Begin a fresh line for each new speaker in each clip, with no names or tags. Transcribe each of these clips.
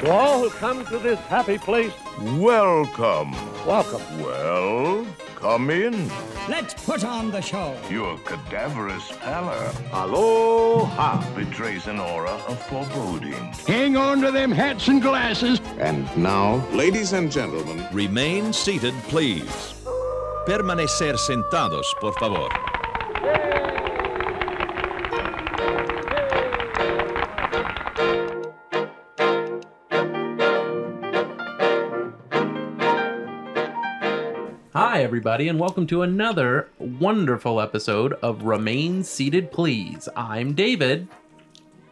To all who come to this happy place,
Welcome.
welcome.
Well, come in.
Let's put on the show.
Your cadaverous pallor
Aloha.
betrays an aura of foreboding.
Hang on to them hats and glasses.
And now,
Ladies and gentlemen,
Remain seated, please. Permanecer sentados, por favor.
Hi, everybody, and welcome to another wonderful episode of Remain Seated, Please. I'm David,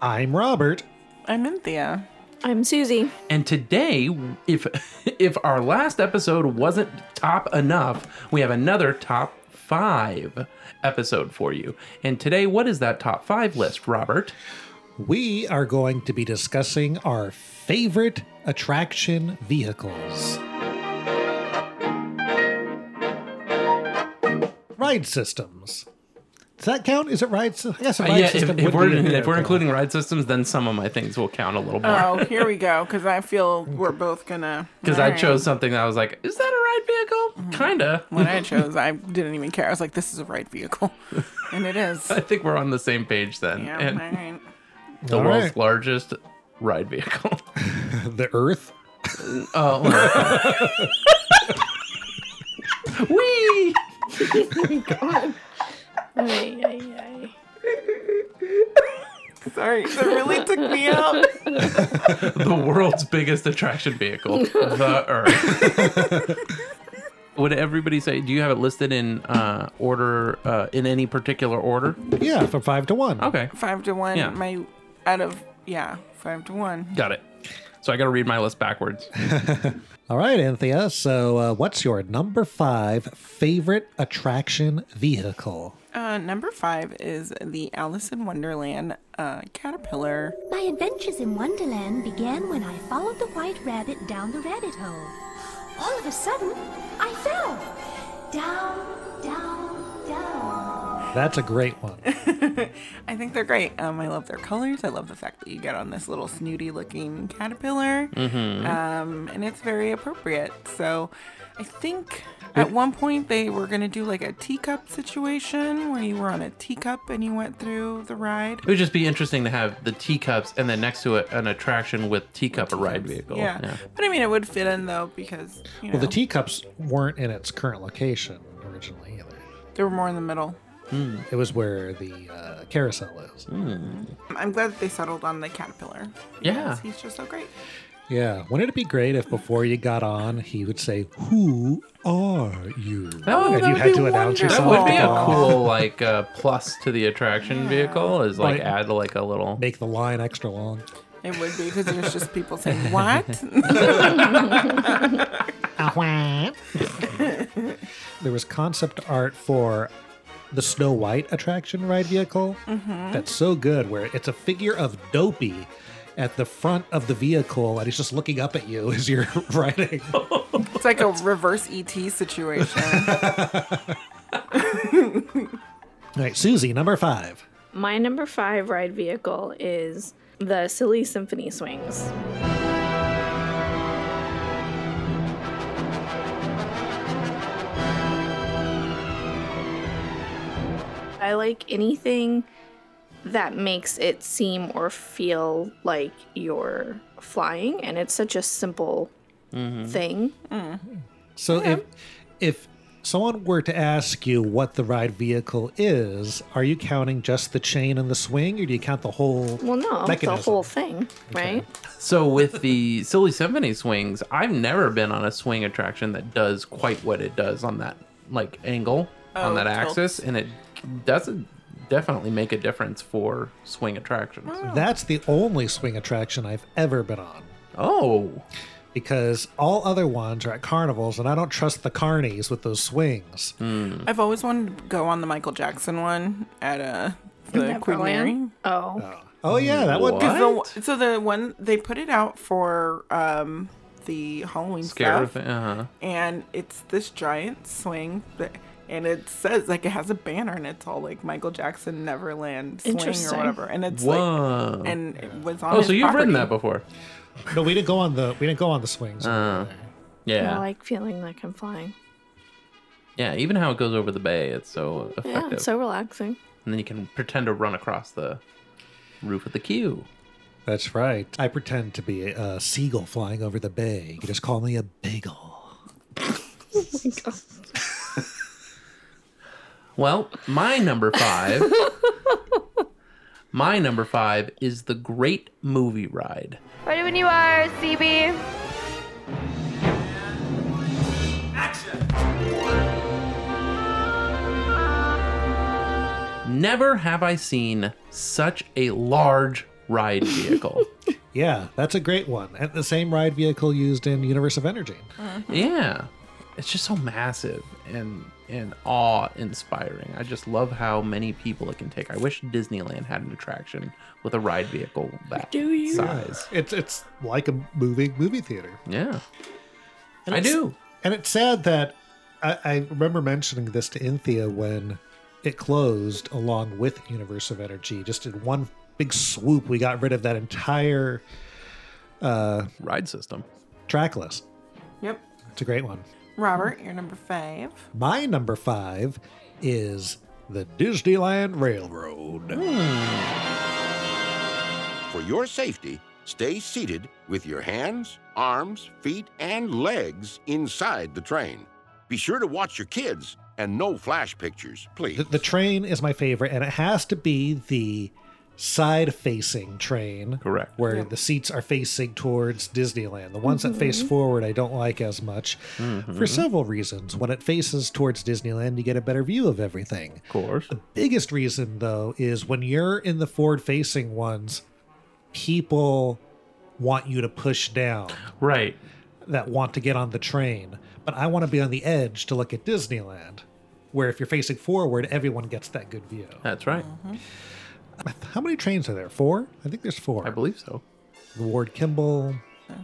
I'm Robert.
I'm Cynthia.
I'm Susie.
and today, if if our last episode wasn't top enough, we have another top five episode for you. And today, what is that top five list, Robert?
We are going to be discussing our favorite attraction vehicles. Ride systems. Does that count? Is it ride? sy- I guess a
Uh,
ride
yeah, if,
system.
if
would
we're
be a
if
vehicle.
we're including ride systems, then some of my things will count a little more.
Oh, here we go. Because I feel we're both gonna.
Because I
Alright.
chose something that I was like, is that a ride vehicle? Kinda.
When I chose, I didn't even care. I was like, "This is a right vehicle," and it is.
I think we're on the same page then.
Yeah.
and
all right.
the
All
world's
right.
largest ride vehicle.
the Earth.
Oh. Wee!
Ay, ay, ay.
Sorry, that really took me out.
The world's biggest attraction vehicle, the Earth. Would everybody say? Do you have it listed in uh, order uh, in any particular order?
Yeah, from five to one.
Okay,
Five to one.
Yeah.
My out of yeah, five to one.
got it. So I got to read my list backwards.
All right, Anthea. So, uh, what's your number five favorite attraction vehicle?
Uh, number five is the Alice in Wonderland uh, caterpillar.
My adventures in Wonderland began when I followed the white rabbit down the rabbit hole. All of a sudden, I fell. Down, down, down.
That's a great one.
I think they're great. Um, I love their colors. I love the fact that you get on this little snooty looking caterpillar. Um, and it's very appropriate. So I think at one point they were going to do like a teacup situation where you were on a teacup and you went through the ride.
It would just be interesting to have the teacups and then next to it an attraction with teacup a ride vehicle.
Yeah. But I mean, it would fit in though because, you know,
Well, the teacups weren't in its current location originally either.
they were more in the middle.
It was where the uh, carousel is.
I'm glad that they settled on the caterpillar.
Yeah.
because He's just so great.
Yeah. Wouldn't it be great if before you got on, he would say, Who are you?
Oh, that
and you
would
had
be
to announce
wonderful.
That
yourself.
would be
to
a
go on.
cool like uh, plus to the attraction vehicle is like
Like-
add like a little
Make the line extra long.
It would be because there's just people saying, What?
There was concept art for the Snow White attraction ride vehicle.
Mm-hmm.
That's so good, where it's a figure of Dopey at the front of the vehicle, and he's just looking up at you as you're riding.
It's like a reverse ET situation.
All right, Susie, number five.
My number five ride vehicle is the Silly Symphony Swings. I like anything that makes it seem or feel like you're flying, and it's such a simple
Mm-hmm.
thing.
So if if someone were to ask you what the ride vehicle is, are you counting just the chain and the swing, or do you count the whole?
Well, no,
mechanism?
the whole thing, right?
So with the Silly Symphony swings, I've never been on a swing attraction that does quite what it does on that like angle on
Oh,
that
it
axis, and it doesn't definitely make a difference for swing attractions.
Ah.
That's the only swing attraction I've ever been on.
Oh,
Because all other ones are at carnivals, and I don't trust the carnies with those swings.
I've always wanted to go on the Michael Jackson one at uh, the Queen Mary.
Neverland? Oh,
Oh yeah, that one.
What?
'Cause the- so the one they put it out for um, the Halloween
scare
stuff,
of uh-huh.
and it's this giant swing that, and it says like it has a banner and it's all like Michael Jackson Neverland swing or
Interesting.
whatever, and it's
Whoa.
like and it was on.
oh,
his
so you've ridden that
property.
before?
No, we didn't go on the we didn't go on the swings.
I
Yeah.
like feeling like I'm flying.
Yeah. Even how it goes over the bay, it's so
Yeah,
effective.
it's so relaxing.
and then you can pretend to run across the roof of the queue.
That's right. I pretend to be a seagull flying over the bay. You can just call me a bagel.
Well, my number five. my number five is the Great Movie Ride.
Ready when you are, CB.
Never have I seen such a large ride vehicle.
Yeah, that's a great one. And the same ride vehicle used in Universe of Energy.
yeah. It's just so massive and and awe-inspiring. I just love how many people it can take. I wish Disneyland had an attraction with a ride vehicle that
Do you?
size.
It's it's like a moving movie theater.
Yeah.
And
I
it's-
do.
And it's sad that I, I remember mentioning this to Inthea when it closed along with Universe of Energy. Just in one big swoop, we got rid of that entire
Ride system.
track list.
Yep.
It's a great one.
Robert, you're number five.
My number five is the Disneyland Railroad.
For your safety, stay seated with your hands, arms, feet, and legs inside the train. Be sure to watch your kids and no flash pictures, please.
The, the train is my favorite, and it has to be the side facing train.
Correct.
Where the seats are facing towards Disneyland. The ones that face forward, I don't like as much for several reasons. When it faces towards Disneyland, you get a better view of everything.
Of course.
Biggest reason, though, is when you're in the forward facing ones, people want you to push down
Right.
that want to get on the train, but I want to be on the edge to look at Disneyland, where if you're facing forward, everyone gets that good view.
That's right.
How many trains are there? Four? I think there's four.
I believe so.
The Ward Kimball,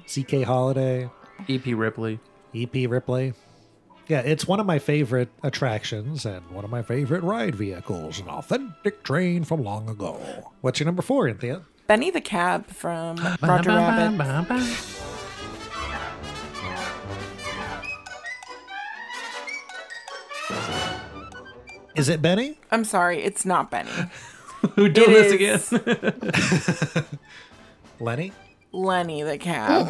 CK Holiday,
E.P. E Ripley.
EP Ripley. Yeah, it's one of my favorite attractions and one of my favorite ride vehicles, an authentic train from long ago. What's your number four, Anthea?
Benny the Cab from Roger Rabbit.
Is it Benny?
I'm sorry, it's not Benny.
Who doing
It
this
is.
again?
Lenny?
Lenny the Cab.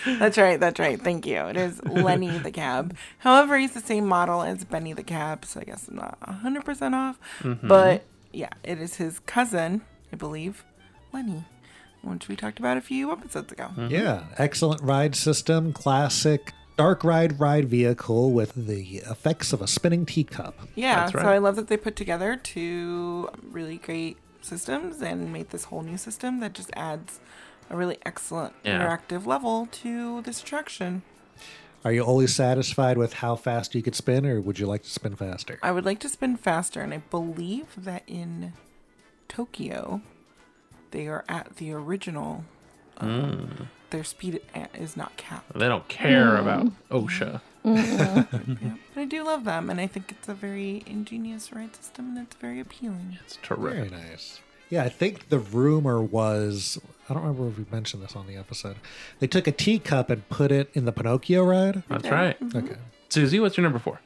that's right, that's right. Thank you. It is Lenny the Cab. However, he's the same model as Benny the Cab, so I guess I'm not 100% off.
Mm-hmm.
But yeah, it is his cousin, I believe, Lenny, which we talked about a few episodes ago.
Mm, Mm-hmm.
Yeah, excellent ride system, classic dark ride ride vehicle with the effects of a spinning teacup.
Yeah,
That's
so
right.
I love that they put together two really great systems and made this whole new system that just adds a really excellent
Yeah.
interactive level to this attraction.
Are you always satisfied with how fast you could spin, or would you like to spin faster?
I would like to spin faster, and I believe that in Tokyo, they are at the original. um, Their speed a- is not capped.
Hmm. They don't care about OSHA.
Yeah. But I do love them, and I think it's a very ingenious ride system, and it's very appealing.
It's
Very
terrific.
nice. Yeah, I think the rumor was I don't remember if we mentioned this on the episode. They took a teacup and put it in the Pinocchio ride.
That's right.
Mm-hmm.
Okay.
Susie, what's your number four?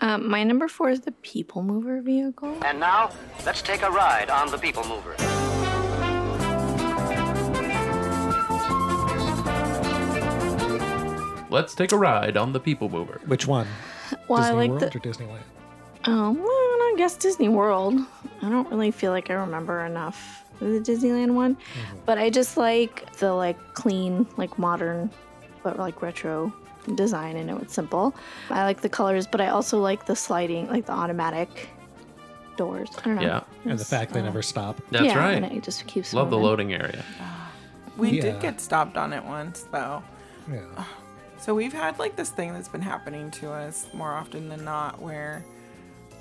Um, my number four is the people mover vehicle.
And now, let's take a ride on the People Mover.
Let's take a ride on the People Mover.
Which one?
Well, I
Disney
like
World
the.
or Disneyland?
Um, well, I guess Disney World. I don't really feel like I remember enough of the Disneyland one,
Mm-hmm.
but I just like the like clean, like modern, but like retro design. I know it's simple. I like the colors, but I also like the sliding, like the automatic doors. I don't know.
Yeah.
And the fact they never stop.
That's
yeah,
right.
And it just keeps
Love the
moving.
loading area.
We
Yeah.
did get stopped on it once, though.
Yeah.
Uh,
So we've had like this thing that's been happening to us more often than not where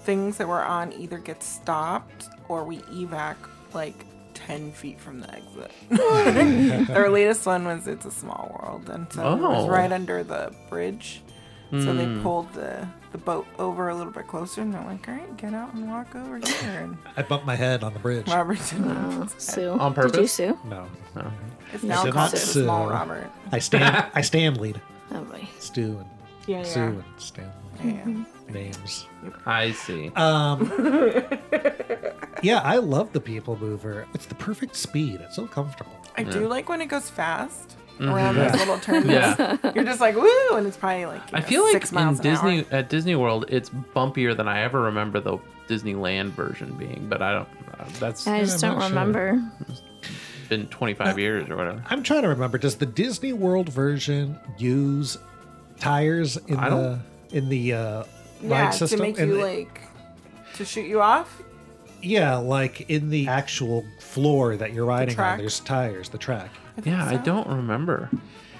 things that we're on either get stopped or we evac like 10 feet from the exit. Our latest one was It's a Small World. And so it was
Oh.
right under the bridge. So they
Mm.
pulled the, the boat over a little bit closer and they're like, all right, get out and walk over here. And
I bumped my head on the bridge.
Robertson.
Sue.
On purpose?
Did you sue?
No.
No.
It's
I
now
did
called
not
Sue. Small
sue.
Robert.
I stand. I stand lead.
Oh boy.
Stu and
Yeah,
Sue
yeah.
and Stan. Names.
I see.
Um, yeah, I love the people mover. It's the perfect speed. It's so comfortable.
I do like when it goes fast
Mhm.
around
Yeah.
those little turns.
Yeah.
You're just like, woo, and it's probably like you
I
know,
feel like
six
in
miles an hour.
Disney at Disney World, it's bumpier than I ever remember the Disneyland version being. But I don't. Uh, that's
I just don't remember.
been 25 years or whatever.
I'm trying to remember. Does the Disney World version use tires in
I
the
don't-
in the uh,
Yeah,
ride system?
to make
And
you
it-
like to shoot you off.
yeah, like in the actual floor that you're riding on.
track?
There's tires. The track.
I think
yeah, I
so.
don't remember.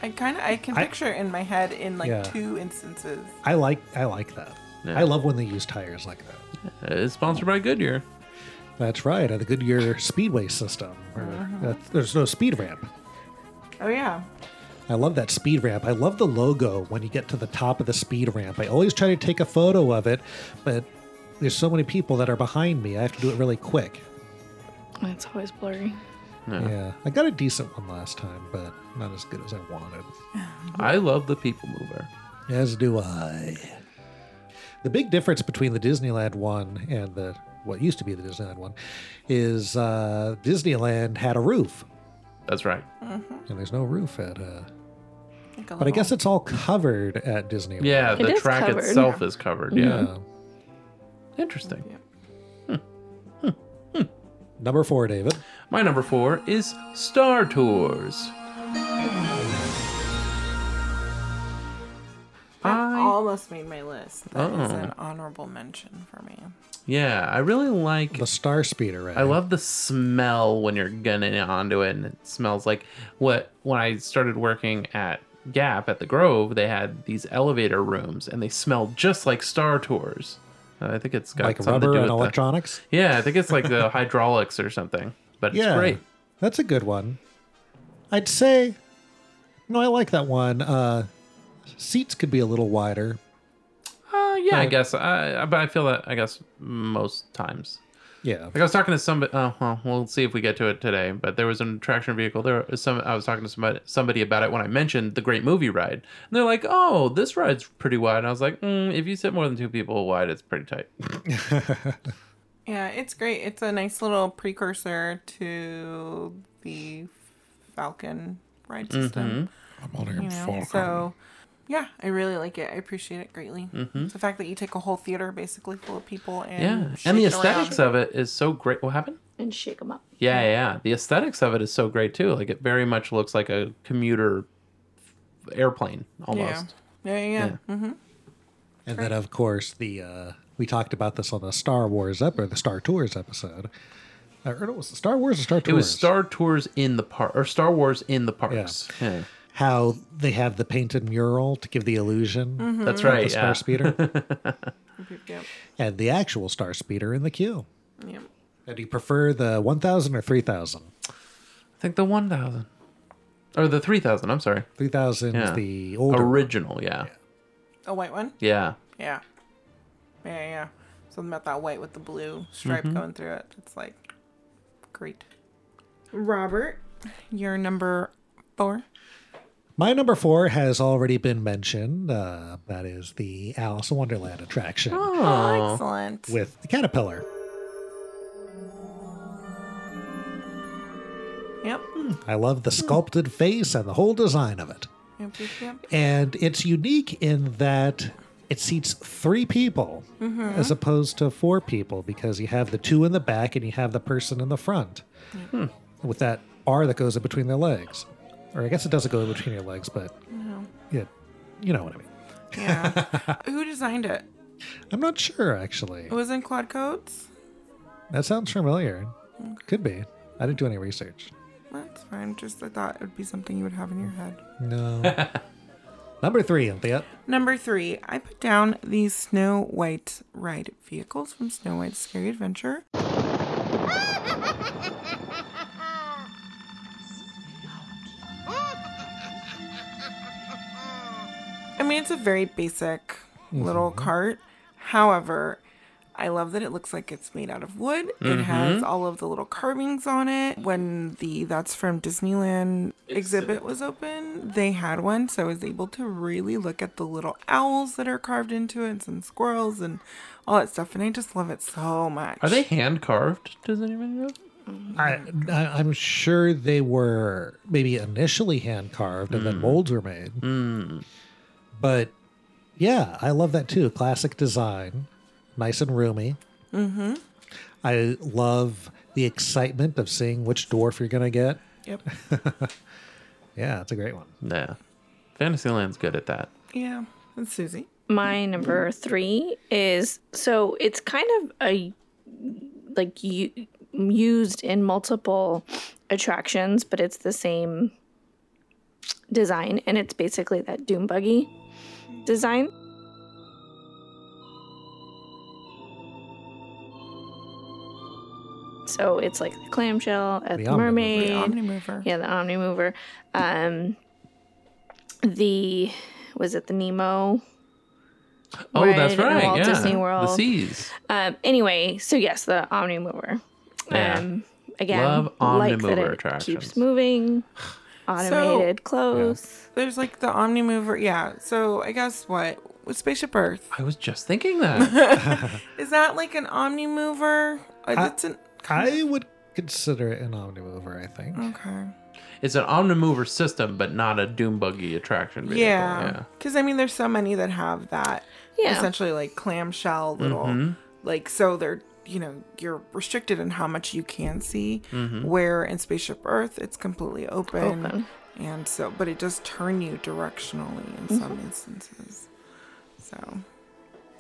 I kind of I can
I-
picture it in my head in like
Yeah.
two instances.
I like. I like that.
Yeah.
I love when they use tires like that.
Uh, It's sponsored by Goodyear.
That's right. uh, The Goodyear Speedway system. or-
Mhm.
uh, there's no speed ramp.
Oh yeah,
I love that speed ramp. I love the logo when you get to the top of the speed ramp. I always try to take a photo of it, but there's so many people that are behind me. I have to do it really quick.
It's always blurry.
Yeah.
I got a decent one last time, but not as good as I wanted.
I
Mm-hmm.
love the People Mover.
As do I. The big difference between the Disneyland one and the what used to be the Disneyland one is uh, Disneyland had a roof,
That's right.
and there's no roof at. Uh,
Like a
but I
little-
guess it's all covered at Disneyland.
Oh. Yeah,
It
the
is
track
covered.
itself is covered. Yeah.
Yeah.
Interesting.
Number four, David.
My number four is Star Tours.
that almost made my list. That is
Oh.
an honorable mention for me.
Yeah, I really like
the Star Speeder. Right.
I love the smell when you're gunning it onto it, and it smells like what when I started working at Gap at the Grove, they had these elevator rooms, and they smelled just like Star Tours. Uh, I think it's got
Like
something
rubber
to do
and
with the-
electronics?
yeah, I think it's like the hydraulics or something. But it's
yeah,
great.
That's a good one. I'd say, no, I like that one. Uh, seats could be a little wider.
Uh, yeah, I
Right.
guess. I, I- but I feel that I guess most times.
Yeah.
Like I was talking to somebody. Oh, well, we'll see if we get to it today. But there was an attraction vehicle. There was some. I was talking to somebody somebody about it when I mentioned the Great Movie Ride, and they're like, "Oh, this ride's pretty wide." And I was like, mm, "If you sit more than two people wide, it's pretty tight."
Yeah, it's great. It's a nice little precursor to the Falcon ride
Mm-hmm.
system.
I'm on here,
You know,
Falcon.
So, yeah, I really like it. I appreciate it greatly.
Mhm.
The fact that you take a whole theater basically full of people and
yeah,
shake
and the
it around.
aesthetics of it is so great. What happened?
And shake them up.
Yeah, yeah, the aesthetics of it is so great too. Like it very much looks like a commuter airplane almost.
Yeah, yeah, yeah. Mm-hmm.
And then, of course, the uh, we talked about this on the Star Wars ep- or the Star Tours episode. Uh, or no, was it Star Wars or Star Tours?
It was Star Tours in the park or Star Wars in the parks. Yeah.
Mm-hmm. How they have the painted mural to give the illusion.
Mhm. That's
of the
right,
Star
yeah.
Speeder.
Yep.
and the actual Star Speeder in the queue.
Yep.
And do you prefer the 1,000 or 3,000?
I think the 1,000. Or the 3,000, I'm sorry.
3,000 is
Yeah.
the older one.
Original, yeah.
A white one?
Yeah.
Yeah. Yeah, yeah. Something about that white with the blue stripe
Mhm.
going through it. It's like great. Robert, your number four.
My number four has already been mentioned. Uh, that is the Alice in Wonderland attraction.
Oh, excellent.
With the caterpillar.
Yep.
I love the sculpted face and the whole design of it.
Yep, yep, yep.
And it's unique in that it seats three people
Mhm.
as opposed to four people because you have the two in the back and you have the person in the front with that bar that goes in between their legs. Or I guess it doesn't go in between your legs, but
No.
yeah, you know what I mean.
Yeah. Who designed it?
I'm not sure actually.
It was in Quad Coats?
That sounds familiar. Could be. I didn't do any research.
That's fine. Just I thought it would be something you would have in your head.
No. Number three, Anthea.
Number three, I put down the Snow White ride vehicles from Snow White's Scary Adventure. I mean, it's a very basic little
Mm-hmm.
cart. However, I love that it looks like it's made out of wood. It has
Mm-hmm.
Mhm.
all of the little carvings on it. When the That's from Disneyland exhibit was open, they had one. So I was able to really look at the little owls that are carved into it and some squirrels and all that stuff. And I just love it so much.
Are they hand carved? Does anybody know?
I, I I'm sure they were maybe initially hand carved and then molds were made. But yeah, I love that too. Classic design, nice and roomy.
Mm-hmm.
I love the excitement of seeing which dwarf you're gonna get.
Yep.
yeah, it's a great one.
Nah. Fantasyland's good at that.
Yeah. And Susie.
My number three is so it's kind of a like u- used in multiple attractions, but it's the same design, and it's basically that doom buggy design. So it's like the clamshell at
The
the,
Omnimover.
mermaid,
The Omnimover.
yeah, the Omnimover. Um, the was it the Nemo?
Oh, that's
ride in
right.
Walt
yeah.
Disney World.
The seas.
Um, anyway, so yes, the Omnimover.
Yeah.
Um, again,
Love
like that
Omnimover
it
attractions.
keeps moving. Automated clothes.
There's like the Omnimover. Yeah. So I guess what? With Spaceship Earth.
I was just thinking that.
Is that like an Omnimover? Uh,
I-
It's an,
I would consider it an omnimover. I think.
okay.
it's an omnimover system, but not a doom buggy attraction. Vehicle.
Yeah. Because I mean, there's so many that have that.
Yeah.
Essentially, like clamshell little,
Mhm.
Mm-hmm.
like so they're you know you're restricted in how much you can see.
Mm-hmm.
Mhm.
Where in Spaceship Earth, it's completely open.
Open.
And so, but it does turn you directionally in some
Mhm.
instances. So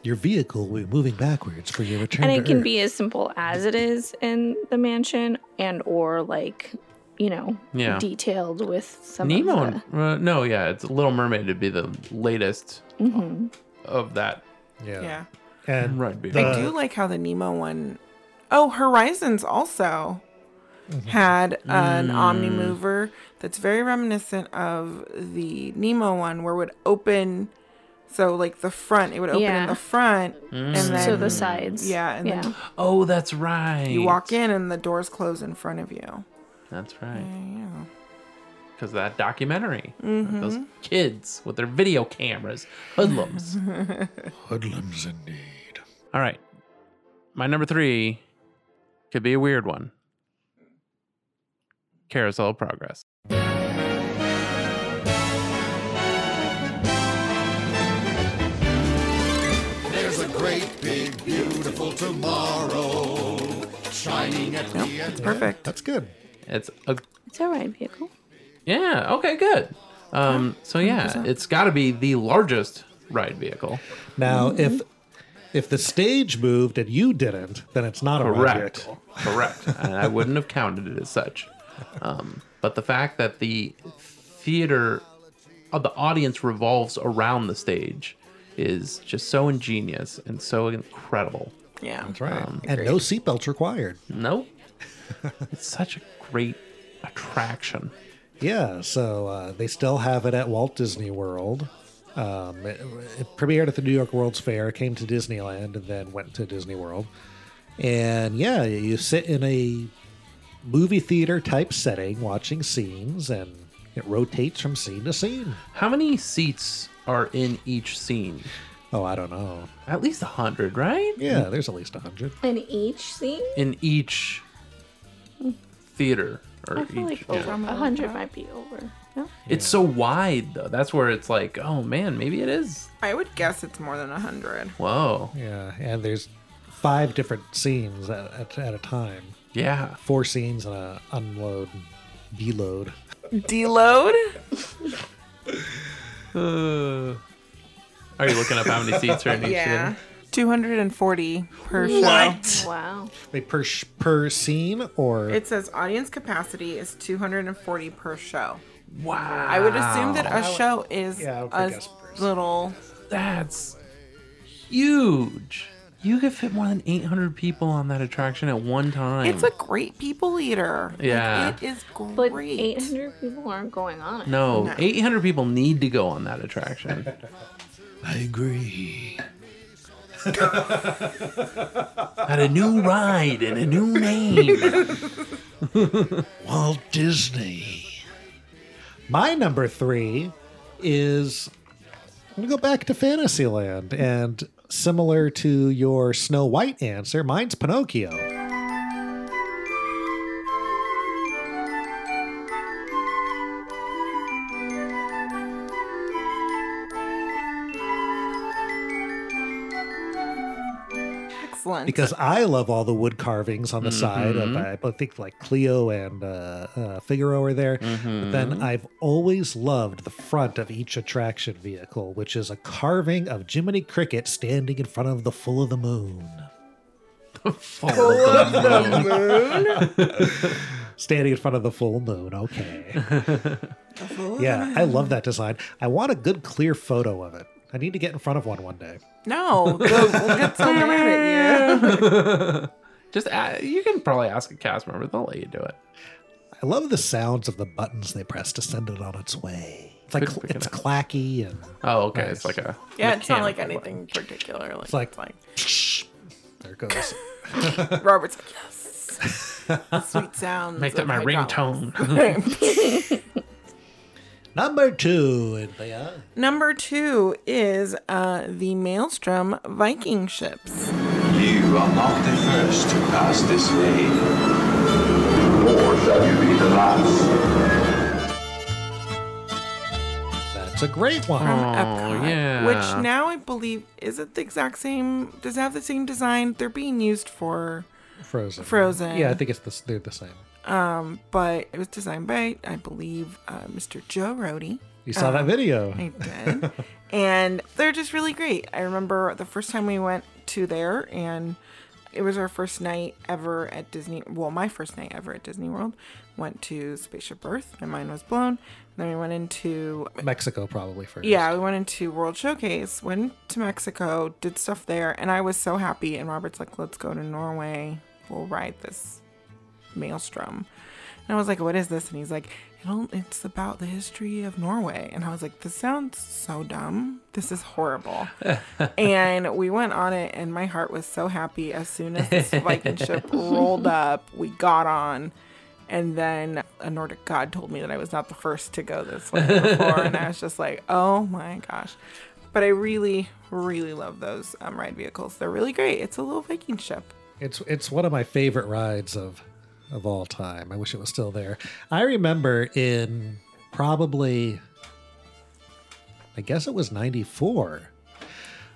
Your vehicle will be moving backwards for your return.
and
to
it can
Earth.
be as simple as it is in the mansion and or like you know
Yeah.
detailed with some of
Nemo.
the-
uh, no, yeah, it's Little Mermaid would be the latest
Mhm.
of that.
Yeah.
yeah.
And uh,
Right. be-
I do like how the Nemo one oh Horizons also had an
Mm.
Omni Mover that's very reminiscent of the Nemo one, where it would open. So like the front, it would open
Yeah.
in the front, and
Mm.
then
So the sides.
Yeah, and
Yeah.
then
Oh, that's right.
you walk in, and the doors close in front of you.
That's right.
Yeah.
Because that documentary.
Mhm.
Those kids with their video cameras, hoodlums.
Hoodlums indeed.
All right. My number three could be a weird one. Carousel of Progress.
There's a great big beautiful tomorrow shining at the end.
Perfect.
That's good.
It's a
it's a ride vehicle
yeah. Okay, good. Um, so yeah,
100%.
it's got to be the largest ride vehicle.
Now,
Mm-hmm.
if if the stage moved and you didn't, then it's not a ride
Correct.
vehicle.
Correct. and I wouldn't have counted it as such. Um, but the fact that the theater, uh, the audience revolves around the stage, is just so ingenious and so incredible.
Yeah. That's
right.
Um,
and no seatbelts required.
Nope. it's such a great attraction.
Yeah, so uh, they still have it at Walt Disney World. Um, it, it premiered at the New York World's Fair, came to Disneyland, and then went to Disney World. And yeah, you sit in a movie theater type setting watching scenes, and it rotates from scene to scene.
How many seats are in each scene?
Oh, I don't know.
At least a hundred, right?
Yeah, there's at least 100.
in each scene
in each theater or
i feel
each.
like
yeah.
over a 100 might be over no?
It's so wide though. That's where it's like, oh man, maybe it is.
I would guess it's more than a hundred.
Whoa.
Yeah, and there's five different scenes at, at, at a time.
Yeah.
Four scenes and a unload, deload.
Deload?
Uh, are you looking up how many seats are in each
yeah.
theater?
Two hundred and forty per show.
What?
wow
They per sh- per scene or
It says audience capacity is 240 per show.
Wow.
I would assume that a show is
yeah, I would
a
guess
little.
That's huge. You could fit more than 800 people on that attraction at one time.
It's a great people eater. Like,
Yeah.
it is great.
But 800 people aren't going on it.
no, 800 people need to go on that attraction.
I agree.
Had a new ride and a new name.
Walt Disney. My number three is I'm gonna go back to Fantasyland and similar to your Snow White answer, mine's Pinocchio.
Excellent.
Because I love all the wood carvings on the side of
Mhm.
I both think like Cleo and uh, uh, Figaro are there. But then I've always loved the front of each attraction vehicle, which is a carving of Jiminy Cricket standing in front of the full of the moon.
Full of
standing in front of the full moon. Okay. yeah, I love that design. I want a good clear photo of it. I need to get in front of one one day.
No, we'll get so mad at you.
Just a you can probably ask a cast member; they'll let you do it.
I love the sounds of the buttons they press to send it on its way. It's like
Couldn't
cl-
pick it
it's
up.
clacky and
Oh, okay. It's like a
Yeah, it's not like
mechanical
anything particular. Like,
It's like- there it goes.
Robert's like, yes. The sweet sounds.
Make that
of
my
hydraulics.
ringtone.
Number two, and they are
Number two is uh, the Maelstrom Viking ships.
You are not the first to pass this way, nor shall you be the last.
That's a great one.
From
Oh, yeah.
Which now I believe is it the exact same? Does it have the same design? They're being used for
Frozen.
Frozen.
Yeah, I think it's the, s- they're the same.
Um, but it was designed by, I believe, uh, Mr. Joe Rohde.
You saw
Uh,
that video.
I did. and they're just really great. I remember the first time we went to there, and it was our first night ever at Disney. Well, my first night ever at Disney World. Went to Spaceship Earth. My mind was blown. Then we went into
Mexico probably first.
yeah, we went into World Showcase, went to Mexico, did stuff there, and I was so happy. And Robert's like, let's go to Norway. We'll ride this maelstrom. And I was like, what is this? And he's like, It'll, it's about the history of Norway. And I was like, this sounds so dumb. This is horrible. and we went on it, and my heart was so happy as soon as this Viking ship rolled up. We got on. And then a Nordic god told me that I was not the first to go this way before. and I was just like, oh my gosh. But I really, really love those um, ride vehicles. They're really great. It's a little Viking ship.
It's it's one of my favorite rides of of all time. I wish it was still there. I remember in probably I guess it was 94.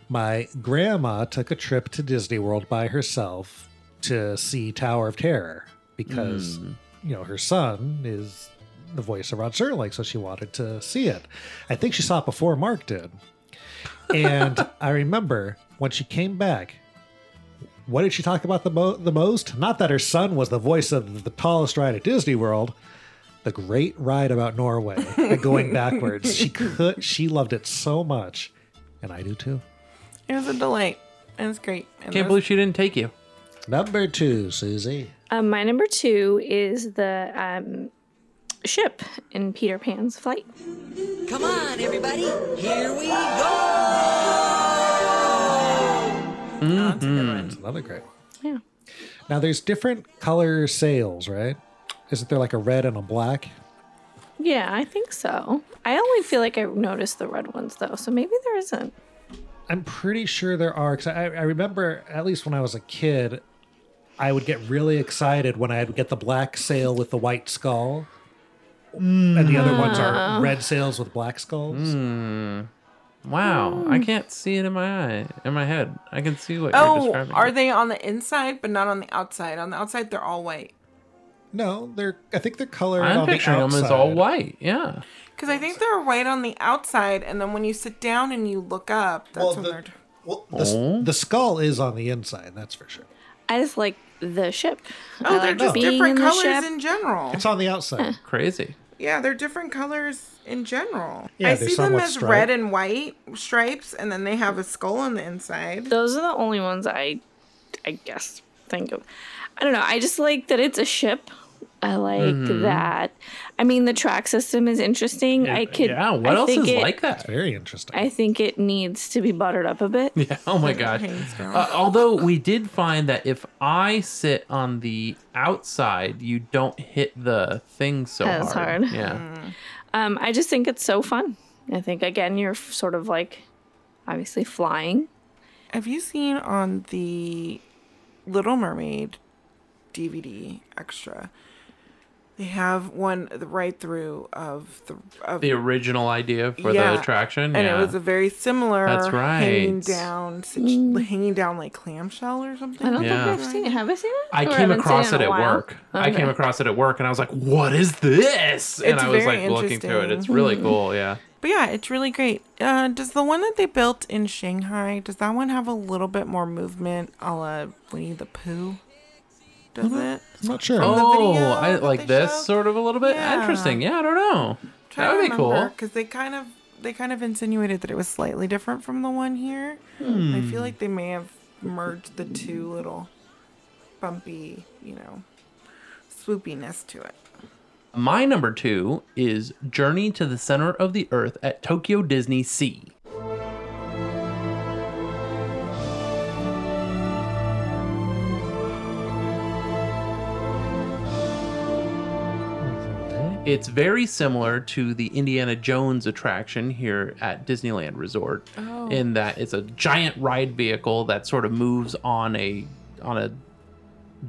My grandma took a trip to Disney World by herself to see Tower of Terror because you know her son is the voice of Rod Serling, so she wanted to see it. I think she saw it before Mark did. And I remember when she came back, what did she talk about the, mo- the most? Not that her son was the voice of the tallest ride at Disney World, the great ride about Norway and going backwards. She could, she loved it so much, and I do too.
It was a delight. It was great.
Can't
And those-
believe she didn't take you.
Number two, Susie.
Um, my number two is the um, ship in Peter Pan's flight.
Come on, everybody. Here we go.
Mhm. Another great one.
Yeah.
Now there's different color sails, right? Isn't there like a red and a black?
Yeah, I think so. I only feel like I noticed the red ones though, so maybe there isn't.
I'm pretty sure there are because I, I remember at least when I was a kid, I would get really excited when I would get the black sail with the white skull, and the other ones
Ah.
are red sails with black skulls.
Mm. Wow, I can't see it in my eye, in my head. I can see what you're
Oh,
describing.
are they on the inside but not on the outside? On the outside, they're all white.
No, they're. I think they're colored.
I'm
on the
picturing them as
outside.
all white. Yeah.
Because I think they're white on the outside, and then when you sit down and you look up, that's when they're.
Well, The, s-
Oh.
the skull is on the inside. That's for sure.
I just like the ship.
Oh,
I
they're
like
just
being
different
in the
colors
ship.
in general.
It's on the outside.
Crazy.
Yeah, they're different colors in general.
Yeah,
I
they're
see them
somewhat
as
striped.
red and white stripes, and then they have a skull on the inside.
Those are the only ones I, I guess, think of. I don't know. I just like that it's a ship. I like
Mhm.
that. I mean, the track system is interesting. I could.
yeah, what
I
else
think
is
it-
like that? It's
very interesting.
I think it needs to be buttered up a bit.
Yeah. Oh my gosh. Uh, although we did find that if I sit on the outside, you don't hit the thing so
That's
hard.
hard.
Yeah.
Um, I just think it's so fun. I think again, you're f- sort of like, obviously flying.
Have you seen on the Little Mermaid DVD extra? They have one the right through of the of
The original idea for
Yeah,
the attraction.
and
yeah.
it was a very similar
That's right.
hanging down situ-
Mm.
hanging down like clamshell or something.
I don't
Yeah.
think I've seen it. Have Oh, I seen it?
I
Or
came
haven't seen
across
in
it
a
at
while?
work. I
Okay.
came across it at work and I was like, what is this? And
It's
I was
very
like looking through it. It's
interesting.
really cool. Yeah.
But yeah, it's really great. Uh, does the one that they built in Shanghai does that one have a little bit more movement, a la Winnie the Pooh? Does
Mm-hmm.
it?
I'm not sure.
From the
Oh,
video
I like this sort of a little bit.
Yeah.
Interesting. Yeah, I don't know. That would be cool.
Because they kind of they kind of insinuated that it was slightly different from the one here. I
Hmm.
feel like they may have merged the two little bumpy, you know, swoopiness to it.
My number two is Journey to the Center of the Earth at Tokyo Disney Sea. It's very similar to the Indiana Jones attraction here at Disneyland Resort
Oh.
in that it's a giant ride vehicle that sort of moves on a on a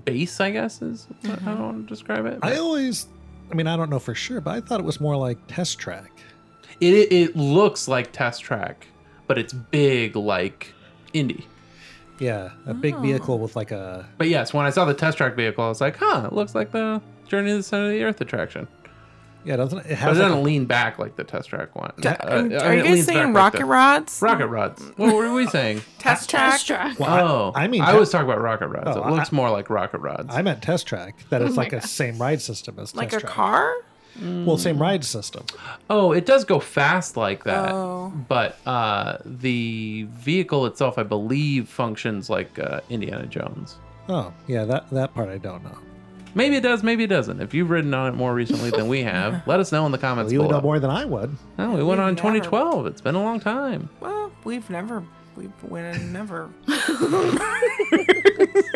base, I guess is what I want to describe it.
I always, I mean, I don't know for sure, but I thought it was more like test track.
It it, it looks like Test Track, but it's big like Indy.
Yeah, a big vehicle with like a
But yes, when I saw the Test Track vehicle, I was like, huh, it looks like the Journey to the Center of the Earth attraction.
yeah. Doesn't it, it
But it
has like
doesn't
a-
lean back like the Test Track one.
D-
Uh,
um,
I
are
mean,
you
it
guys
leans back
saying
like the-
rocket rods?
Rocket rods. What were we saying?
Test track. Test track.
oh, I,
I- I
mean,
mean
I
te-
was talking about rocket rods.
Oh,
it looks more like rocket rods.
I meant test track. That
Oh
it's
my
like a same ride system as
Like
test
a
track.
car? Hmm.
Well, same ride system.
Oh, it does go fast like that.
Oh.
But uh, the vehicle itself, I believe, functions like uh, Indiana Jones.
Oh, yeah. That that part I don't know.
Maybe it does, maybe it doesn't. If you've ridden on it more recently than we have, let us know in the comments
Well, you would
below.
know more than I would.
No, we went
We've
on in
never-
2012. It's been a long time.
Well, we've never we've we never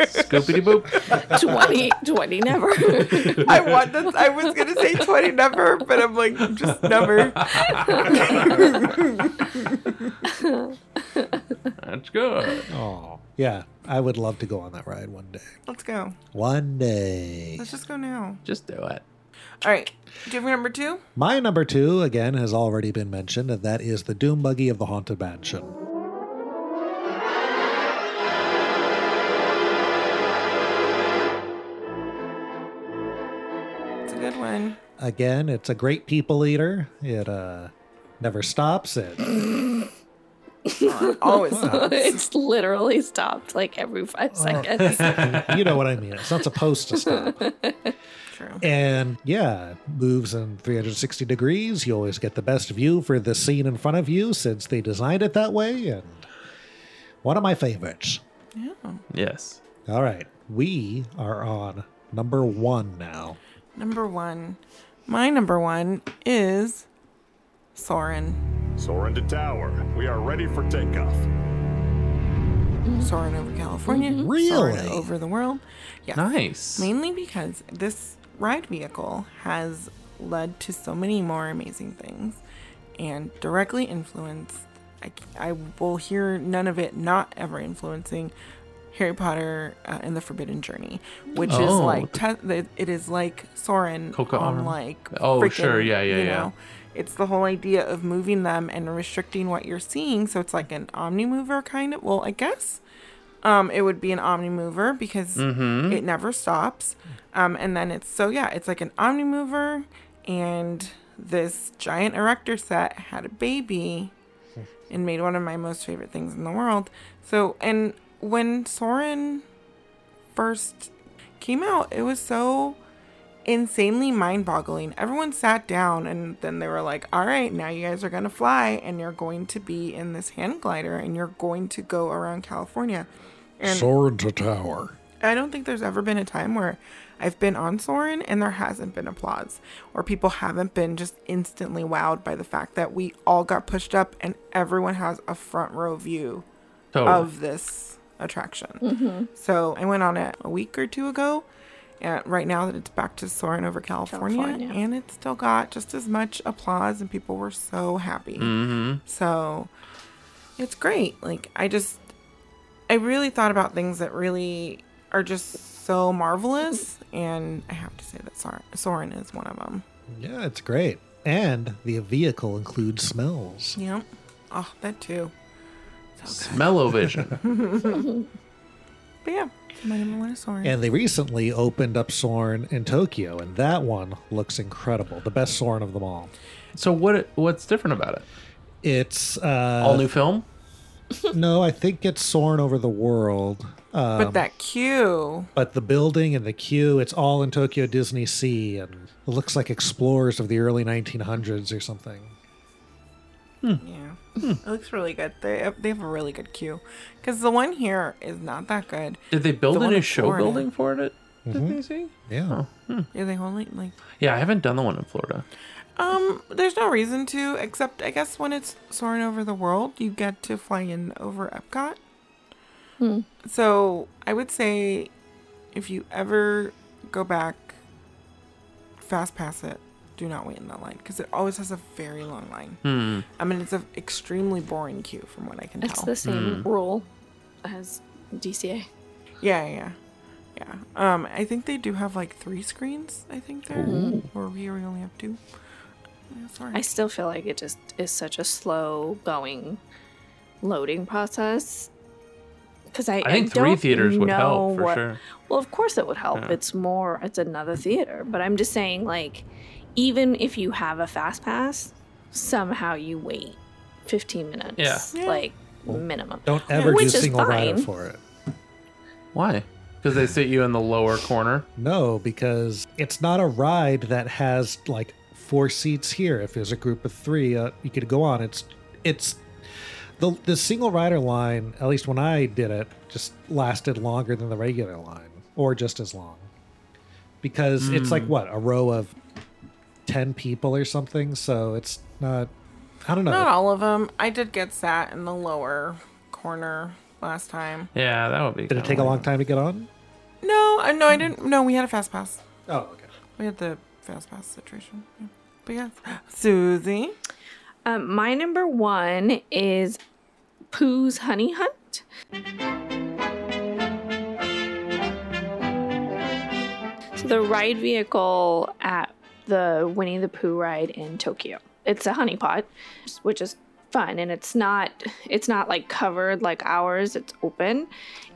Scoopity boop.
20, 20 never.
I want this I was gonna say twenty never, but I'm like just never.
That's good.
Oh, yeah. I would love to go on that ride one day.
Let's go.
One day.
Let's just go now.
Just do it.
All right. Do you have number two?
My number two, again, has already been mentioned, and that is the Doom Buggy of the Haunted Mansion.
It's a good one.
Again, it's a great people eater. It uh, never stops. It
Always.
it's literally stopped like every five seconds.
you know what I mean. It's not supposed to stop.
True.
And yeah, moves in 360 degrees. You always get the best view for the scene in front of you since they designed it that way. And one of my favorites.
Yeah.
Yes.
All right. We are on number one now.
Number one. My number one is Soren.
Soren to tower. We are ready for takeoff.
Soren over California.
Really?
Soarin' over the world. Yeah.
Nice.
Mainly because this ride vehicle has led to so many more amazing things and directly influenced. I, I will hear none of it not ever influencing Harry Potter uh, and the Forbidden Journey, which is
Oh.
like te- it is like Soren
Coca
on
arm.
like
Oh, sure. Yeah, yeah,
you
yeah.
know, it's the whole idea of moving them and restricting what you're seeing. So it's like an omni mover kind of. Well, I guess um, it would be an omni mover because
Mhm.
it never stops. Um, and then it's so yeah, it's like an omni mover, and this giant erector set had a baby and made one of my most favorite things in the world. So and when Soren first came out, it was so insanely mind boggling. Everyone sat down and then they were like, all right, now you guys are going to fly and you're going to be in this hand glider and you're going to go around California. And
Soarin' to tower.
I don't think there's ever been a time where I've been on Soren and there hasn't been applause or people haven't been just instantly wowed by the fact that we all got pushed up and everyone has a front row view
Totally.
of this attraction.
Mhm.
So I went on it a week or two ago. And right now that it's back to Soren over California,
California.
and it still got just as much applause and people were so happy.
Mm-hmm.
Mhm.
So it's great. Like I just I really thought about things that really are just so marvelous, and I have to say that Sor- Soren is one of them.
Yeah, it's great. And the vehicle includes smells.
Yep. Oh, that too.
Smell-o-vision.
but yeah, my name is Soren.
And they recently opened up Soren in Tokyo, and that one looks incredible. The best Soren of them all.
So what? What's different about it?
It's uh,
All new film.
no, I think it's Soren over the world. Um,
but that queue.
but the building and the queue, it's all in Tokyo Disney Sea, and it looks like explorers of the early 1900s or something.
Yeah, it looks really good. They they have a really good queue, because the one here is not that good.
Did they build
The
a
one
new
in
show
Florida-
building for it? at
Hmm?
Mm-hmm.
Mhm.
Disney?
Mm-hmm. Yeah.
Yeah, they only like
Yeah, I haven't done the one in Florida.
Um, there's no reason to, except I guess when it's soaring over the world, you get to fly in over Epcot.
Hmm.
So I would say, if you ever go back, fast pass it. Do not wait in that line because it always has a very long line.
Hmm.
I mean, it's an extremely boring queue from what I can tell.
It's the same
Hmm.
rule as DCA.
Yeah, yeah, yeah. Um, I think they do have like three screens. I think there,
Ooh.
or here we only have two. Yeah, Sorry.
I still feel like it just is such a slow going loading process. Because I,
I think
I
three
don't
theaters would
know
help for
what-
sure.
Well, of course it would help.
Yeah.
It's more, it's another theater. But I'm just saying, like, even if you have a fast pass, somehow you wait 15 minutes.
Yeah. Yeah.
Like, minimum.
Don't ever
Which
do
is
single rider
fine.
for it.
Why? Because they sit you in the lower corner.
No, because it's not a ride that has like four seats here. If there's a group of three, uh, you could go on. It's it's the the single rider line. At least when I did it, just lasted longer than the regular line, or just as long, because it's like
Mm.
what a row of ten people or something. So it's not. I don't know.
Not all of them. I did get sat in the lower corner last time.
Yeah, that would be.
Did it
kinda
take a
lame.
long time to get on?
No, I no, I didn't. No, we had a fast pass.
Oh, okay.
We had the fast pass situation. Yeah. But yeah, Susie.
Um, my number one is Pooh's Honey Hunt. So the ride vehicle at the Winnie the Pooh ride in Tokyo. It's a honeypot, which is fun, and it's not it's not like covered like ours. It's open,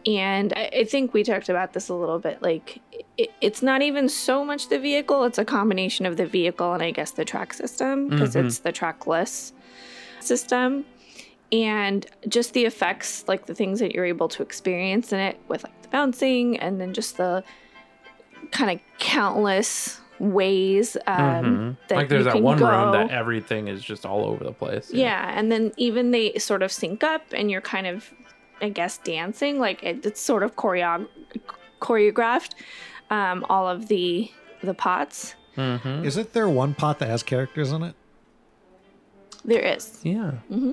and I, I think we talked about this a little bit. Like it, it's not even so much the vehicle; it's a combination of the vehicle and I guess the track system because
Mhm.
it's the trackless system and just the effects like the things that you're able to experience in it with like the bouncing and then just the kind of countless ways um,
Mhm.
that
like there's
you
that
can
one
go.
room that everything is just all over the place.
yeah. and then even they sort of sync up and you're kind of i guess dancing like it, it's sort of choreo- choreographed um, all of the the pots
Mm-hmm.
Isn't there one pot that has characters in it?
there is
Yeah.
hmm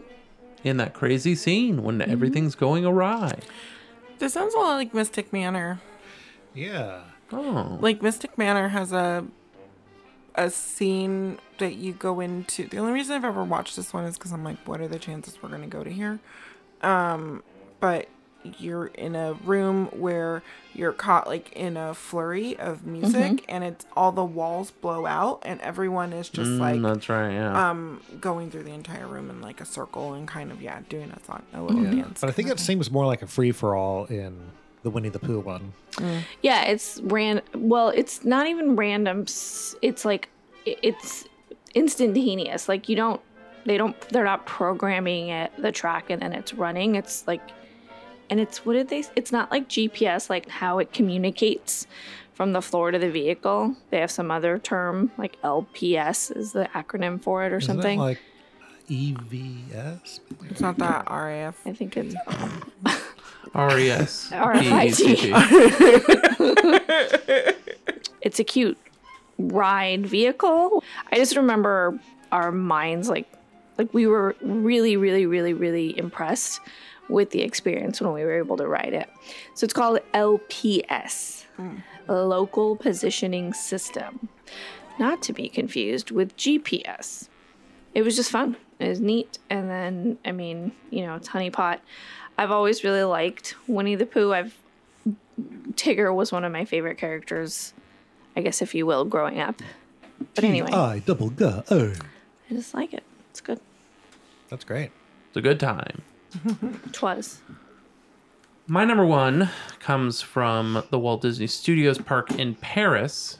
In that crazy scene when
Mm-hmm.
everything's going awry.
This sounds a lot like Mystic Manor.
Yeah.
Oh.
Like Mystic Manor has a a scene that you go into. The only reason I've ever watched this one is because I'm like, what are the chances we're gonna go to here? Um, but you're in a room where you're caught like in a flurry of music,
Mm-hmm.
and it's all the walls blow out, and everyone is just
Mm,
like
that's right. Yeah.
uh,
um going through the entire room in like a circle and kind of yeah doing a song a little dance.
But I think it seems more like a free for all in the Winnie the Pooh one.
Yeah, it's ran. Well, it's not even random. s- It's like i- it's instantaneous. Like you don't. They don't. They're not programming it the track and then it's running. It's like, and it's what did they? s- It's not like GPS. Like how it communicates from the floor to the vehicle. They have some other term, like LPS is the acronym for it or
Isn't that
something.
like E EVS?
It's not that RAF.
I think it's
RES.
E
E
RFID. it's a cute ride vehicle. I just remember our minds like like we were really really really really impressed with the experience when we were able to ride it. So it's called LPS, Local Positioning System. Not to be confused with GPS. It was just fun. It was neat. And then, I mean, you know, it's Honeypot. I've always really liked Winnie the Pooh. I've Tigger was one of my favorite characters, I guess, if you will, growing up. But anyway, I
I double G O.
just like it. It's good.
That's great.
It's a good time.
Twas.
My number one comes from the Walt Disney Studios Park in Paris.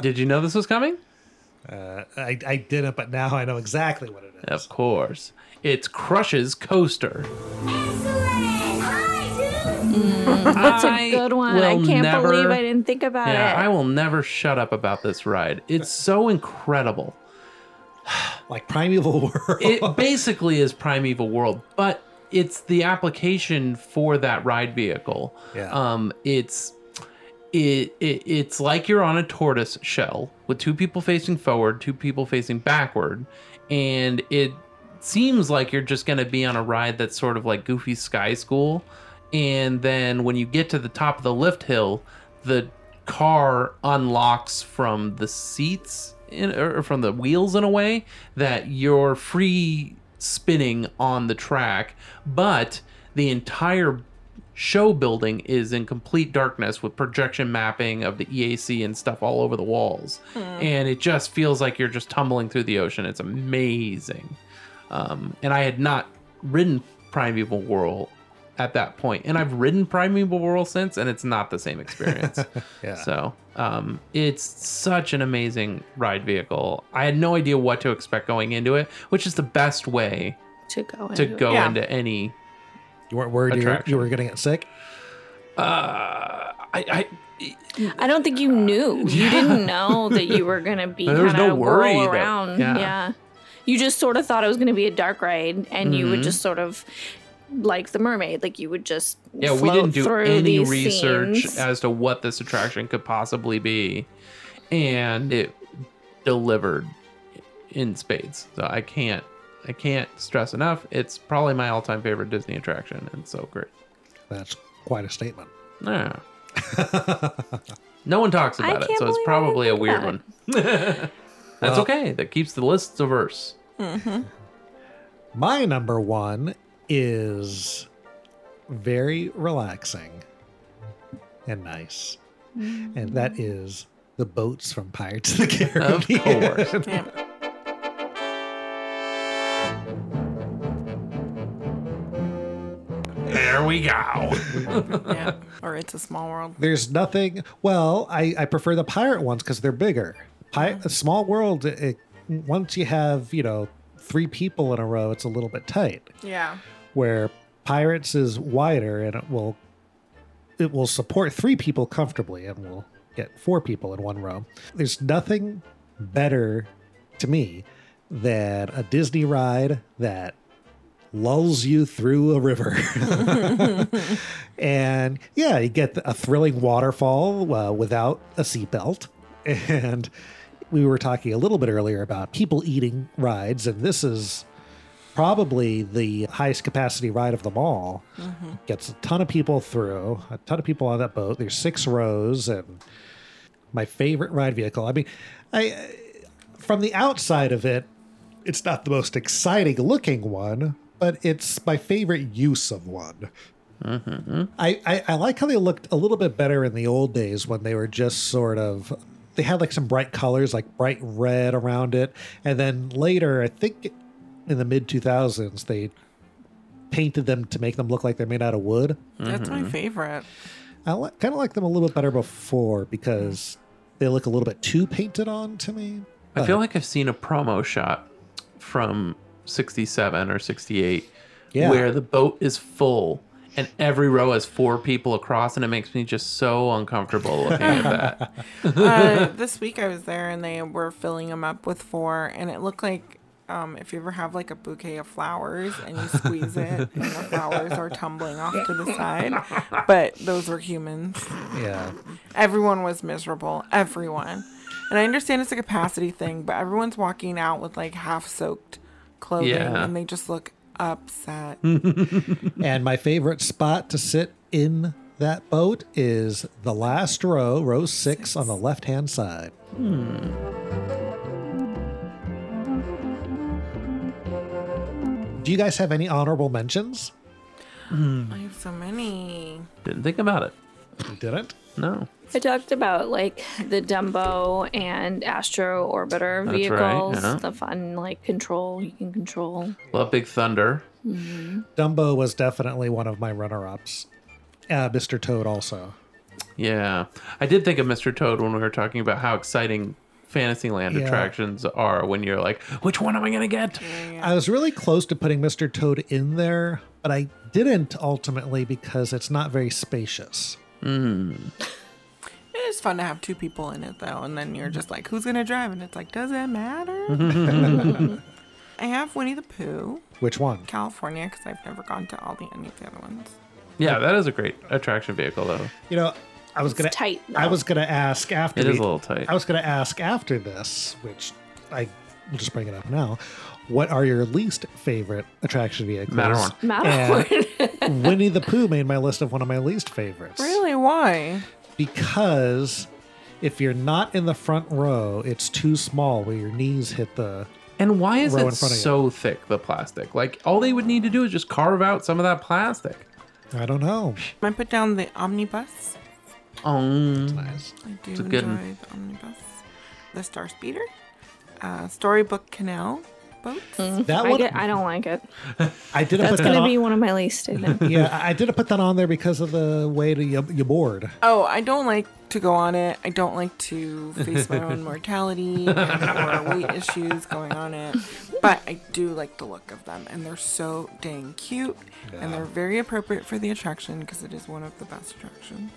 Did you know this was coming?
Uh, I, I didn't, but now I know exactly what it is.
Of course. It's Crush's Coaster.
That's
I
a good one. I
will
can't
never-
believe I didn't think about
yeah,
it.
I will never shut up about this ride. It's so incredible.
like Primeval World.
It basically is Primeval World, but it's the application for that ride vehicle.
Yeah.
Um, it's it, it it's like you're on a tortoise shell with two people facing forward, two people facing backward, and it seems like you're just gonna be on a ride that's sort of like Goofy Sky School, and then when you get to the top of the lift hill, the car unlocks from the seats in, or from the wheels in a way that you're free spinning on the track, but the entire show building is in complete darkness with projection mapping of the EAC and stuff all over the walls. And it just feels like you're just tumbling through the ocean. It's amazing. Um, and I had not ridden Primeval Whirl at that point, and I've ridden Primeval Whirl since, and it's not the same experience.
Yeah.
So um, it's such an amazing ride vehicle. I had no idea what to expect going into it, which is the best way
to
to
go into it.
go
Yeah.
into any
You weren't worried you were,
Attraction.
you were going to get sick?
Uh, I,
I don't think you knew. You didn't know that you were gonna be
There was
kind of
no worry
whirl
that-
around.
yeah.
yeah. You just sort of thought it was gonna be a dark ride, and you would
Mhm.
just sort of like the mermaid, like you would just
yeah, we
float
didn't do
through
any
these
research
scenes.
as to what this attraction could possibly be, and it delivered in spades. So I can't, I can't stress enough. It's probably my all-time favorite Disney attraction, and so great.
That's quite a statement.
Yeah. no one talks
I
about it,
can't
so it's
believe I
probably a
didn't
weird one.
think
That's
Well-
okay. That keeps the list diverse.
Mm-hmm.
My number one is very relaxing and nice.
Mm-hmm.
And that is the boats from Pirates of the
Of
Caribbean.
course. There we go.
yeah. Or it's a small world.
There's nothing. Well, I, I prefer the pirate ones because they're bigger. Pi- a Small world. It, once you have you know three people in a row, it's a little bit tight.
Yeah.
Where pirates is wider and it will it will support three people comfortably and will get four people in one row. There's nothing better to me than a Disney ride that lulls you through a river. and yeah, you get a thrilling waterfall uh, without a seatbelt. And we were talking a little bit earlier about people eating rides, and this is probably the highest capacity ride of them all. Gets a ton of people through, a ton of people on that boat. There's six rows, and my favorite ride vehicle. I mean, I from the outside of it, it's not the most exciting looking one, but it's my favorite use of one. I, I, I like how they looked a little bit better in the old days when they were just sort of they had like some bright colors like bright red around it and then later i think in the mid 2000s they painted them to make them look like they're made out of wood
That's
Mm-hmm.
my favorite.
i li- kind of like them a little bit better before because they look a little bit too painted on to me
I feel like I've seen a promo shot from 67 or 68
Yeah.
where the boat is full and every row has four people across, and it makes me just so uncomfortable looking at that.
uh, this week I was there and they were filling them up with four, and it looked like um, if you ever have like a bouquet of flowers and you squeeze it, and the flowers are tumbling off to the side. But those were humans.
Yeah.
Everyone was miserable. Everyone. And I understand it's a capacity thing, but everyone's walking out with like half soaked clothing
Yeah.
and they just look upset.
and my favorite spot to sit in that boat is the last row, row six on the left hand side. Do you guys have any honorable mentions?
I have so many.
Didn't think about it.
didn't?
No.
I talked about like the Dumbo and Astro Orbiter
That's right,
vehicles,
yeah.
the fun like control you can control.
Love Big Thunder.
Mhm.
Dumbo was definitely one of my runner ups. Uh, Mr. Toad also.
Yeah. I did think of Mr. Toad when we were talking about how exciting Fantasyland
Yeah.
attractions are when you're like, which one am I going to get?
I was really close to putting Mr. Toad in there, but I didn't ultimately because it's not very spacious.
Mm.
It is fun to have two people in it though, and then you're just like, who's gonna drive? And it's like, does that matter? I have Winnie the Pooh,
Which one?
California, because I've never gone to all the any of the other ones.
Yeah, that is a great attraction vehicle, though.
You know, I was
It's
gonna
tight,
I
though.
was gonna ask after
It is a
the-
little tight.
I was gonna ask after this, which I will just bring it up now. What are your least favorite attraction vehicles?
Matterhorn.
Matterhorn.
And Winnie the Pooh made my list of one of my least favorites
Really? Why?
because if you're not in the front row, it's too small where your knees hit the.
And why is
row
it
in front of you.
so thick, the plastic? Like, all they would need to do is just carve out some of that plastic.
I don't know.
I put down the omnibus.
Oh,
I do
It's a
enjoy
good one.
the omnibus. The Star Speeder, uh, Storybook Canal boats.
Hmm.
That Uh,
I,
one-
get, I don't like it.
I didn't
That's
put that
gonna
on.
be one of my least. I think.
yeah, I I didn't put that on there because of the way to you, you board.
Oh, I don't like to go on it. I don't like to face my own mortality and or weight issues going on it. But I do like the look of them, and they're so dang cute, and they're very appropriate for the attraction because it is one of the best attractions.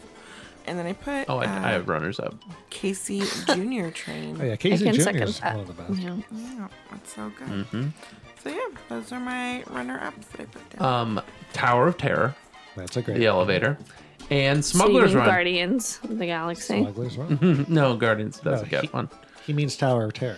And then I put
oh I,
uh,
I have runners up.
Casey Junior train.
Oh, yeah, Casey
can
Jr.
second
is
that.
one of the best.
Yeah.
Yeah, that's so good.
Mhm.
So yeah, those are my runner-ups that I put down.
Um, Tower of Terror.
That's a great.
The elevator. And
So you
Smuggler's
mean
Run.
Guardians of the Galaxy.
Smugglers Run.
no, Guardians doesn't
Oh,
No,
get
he-
one.
He means Tower of Terror.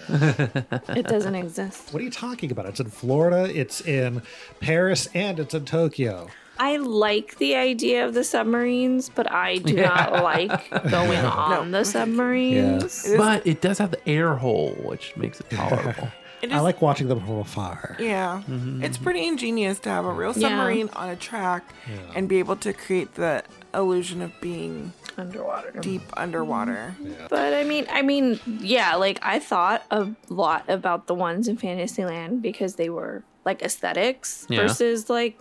It doesn't exist.
what are you talking about? It's in Florida, it's in Paris, and it's in Tokyo.
I like the idea of the submarines, but I do
Yeah.
not like going on the submarines.
But it does have the air hole, which makes it tolerable.
I like watching them from afar.
Yeah.
Mm-hmm.
It's pretty ingenious to have a real
Yeah.
submarine on a track and be able to create the illusion of being
underwater.
Deep
Mm-hmm.
underwater.
But I mean, I mean, yeah, like I thought a lot about the ones in Fantasyland because they were like aesthetics
Yeah.
versus like.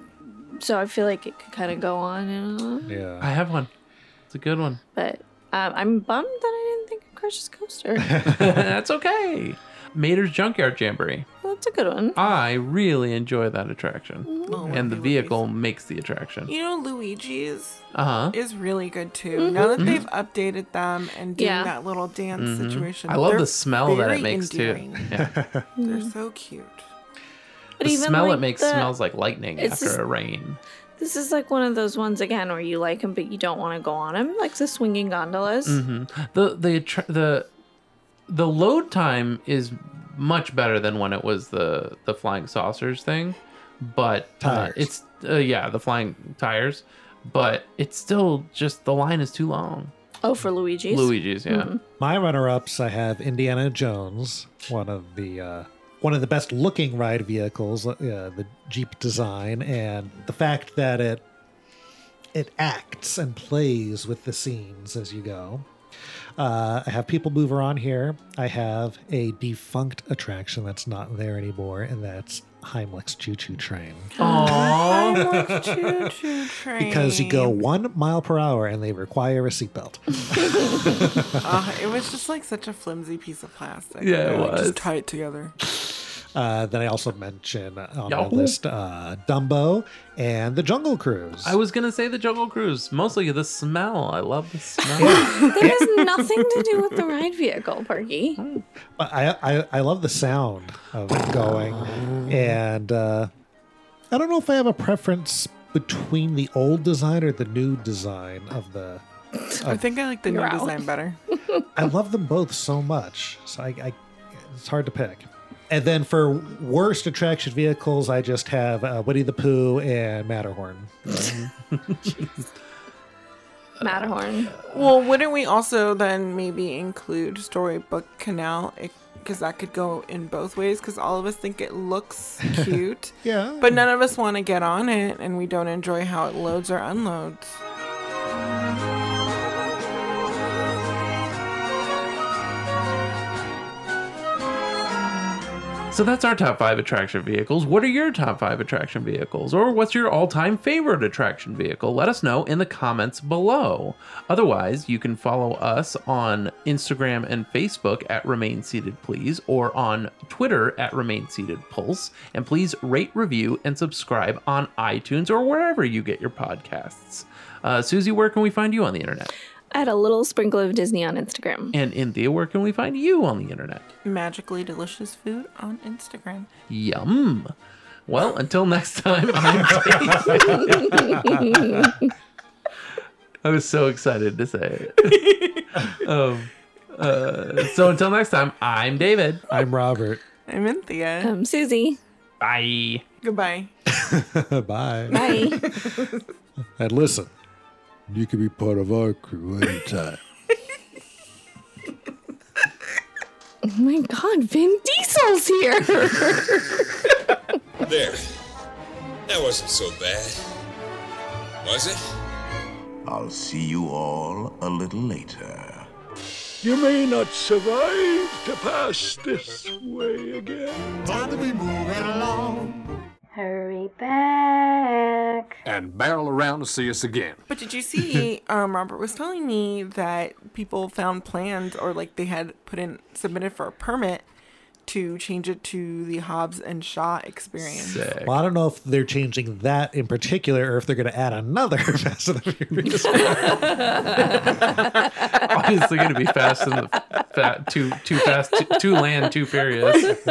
So I feel like it could kind of go on and on.
Yeah.
I have one. It's a good one.
But um, I'm bummed that I didn't think of Crush's Coaster.
That's okay. Mater's Junkyard Jamboree.
well, that's a good one.
I really enjoy that attraction.
Oh,
And the vehicle makes the attraction.
You know, Luigi's
Uh huh.
is really good too.
Mm-hmm.
Now that they've updated them and doing
Yeah.
that little dance situation,
Mm-hmm. I love
they're
the smell that
very
it makes too. Mm-hmm.
endearing.
Yeah.
They're so cute.
But
the
even
smell
like
it makes
the-
smells like lightning
it's
after
just-
a rain.
This is like one of those ones again where you like them but you don't want to go on them, like the swinging gondolas.
hmm The the attra- the the load time is much better than when it was the the flying saucers thing, but uh,
Tires.
it's uh, yeah the flying tires, but it's still just the line is too long.
Oh, for Luigi's.
Luigi's, yeah.
My runner-ups, I have Indiana Jones, one of the uh, one of the best looking ride vehicles, uh, the Jeep design, and the fact that it it acts and plays with the scenes as you go. Uh, I have People Mover on here. I have a defunct attraction that's not there anymore, and that's Heimlich's Choo Choo Train.
Aww.
Timeless choo choo train.
Because you go one mile per hour and they require a seatbelt.
Ugh, it was Ah, just like such a flimsy piece of plastic.
Yeah, it
They're, like,
was.
Just tie it together.
Uh, then I also mention on
Yeah.
my list uh, Dumbo and The Jungle Cruise.
I was gonna say the Jungle Cruise, mostly the smell. I love the smell.
That has nothing to do with the ride vehicle, Parky.
But I, I I love the sound of it going, and uh, I don't know if I have a preference between the old design or the new design of the.
I
Oh.
of-
think I like the new
You're out.
design better.
I love them both so much, so I, I it's hard to pick. And then for worst attraction vehicles, I just have uh, Winnie the Pooh and Matterhorn.
Matterhorn.
Well, wouldn't we also then maybe include Storybook Canal? Because that could go in both ways, because all of us think it looks cute.
yeah.
But none of us want to get on it, and we don't enjoy how it loads or unloads.
so that's our top five attraction vehicles. What are your top five attraction vehicles, or what's your all-time favorite attraction vehicle? Let us know in the comments below. Otherwise, you can follow us on Instagram and Facebook at Remain Seated Please, or on Twitter at Remain Seated Pulse. And please rate, review, and subscribe on iTunes or wherever you get your podcasts. Uh, Susie, where can we find you on the internet?
I had a little sprinkle of Disney on Instagram.
And India, where can we find you on the internet?
Magically delicious food on Instagram.
Yum. Well, until next time, I'm Dave. I was so excited to say it. um, uh, so until next time, I'm David.
I'm Robert.
I'm Anthea.
Um, Susie.
Bye.
Goodbye.
Bye.
Bye.
And listen.
You can be part of our crew anytime.
Oh my god, Vin Diesel's here.
There. That wasn't so bad. Was it?
I'll see you all a little later.
You may not survive to pass this way again.
Time to be moving along.
Hurry back.
and barrel around to see us again.
But did you see? um, Robert was telling me that people found plans, or like they had put in submitted for a permit to change it to the Hobbs and Shaw experience.
Well, I don't know if they're changing that in particular, or if they're going to add another Fast and the Furious.
Obviously, gonna be fast and the fa- too too fast, too, too land, too furious.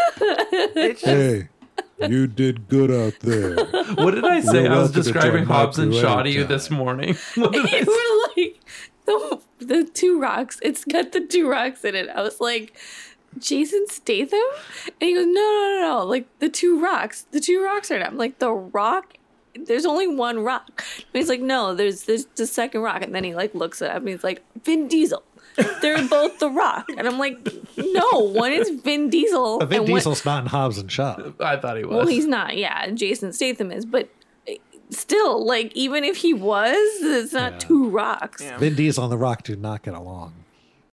It's just-
Hey, you did good out there.
What did I say?
You're
I was
welcome to
describing
join my
Hobbs and
crew
Shaw to you
anytime.
this morning.
you were like the, the two rocks. It's got the two rocks in it. I was like, Jason Statham? And he goes, No, no, no, no. Like the two rocks. The two rocks are in it. I'm like, the rock. There's only one rock. And he's like, no, there's there's the second rock. And then he like looks at me. He's like, Vin Diesel. They're both the rock. And I'm like, no, one is Vin Diesel.
Vin
and one-
Diesel's not in Hobbs and Shaw.
I thought he was.
well, he's not. Yeah, Jason Statham is, but eh, still, like, even if he was, it's not two rocks.
Vin Diesel and The Rock do not get along.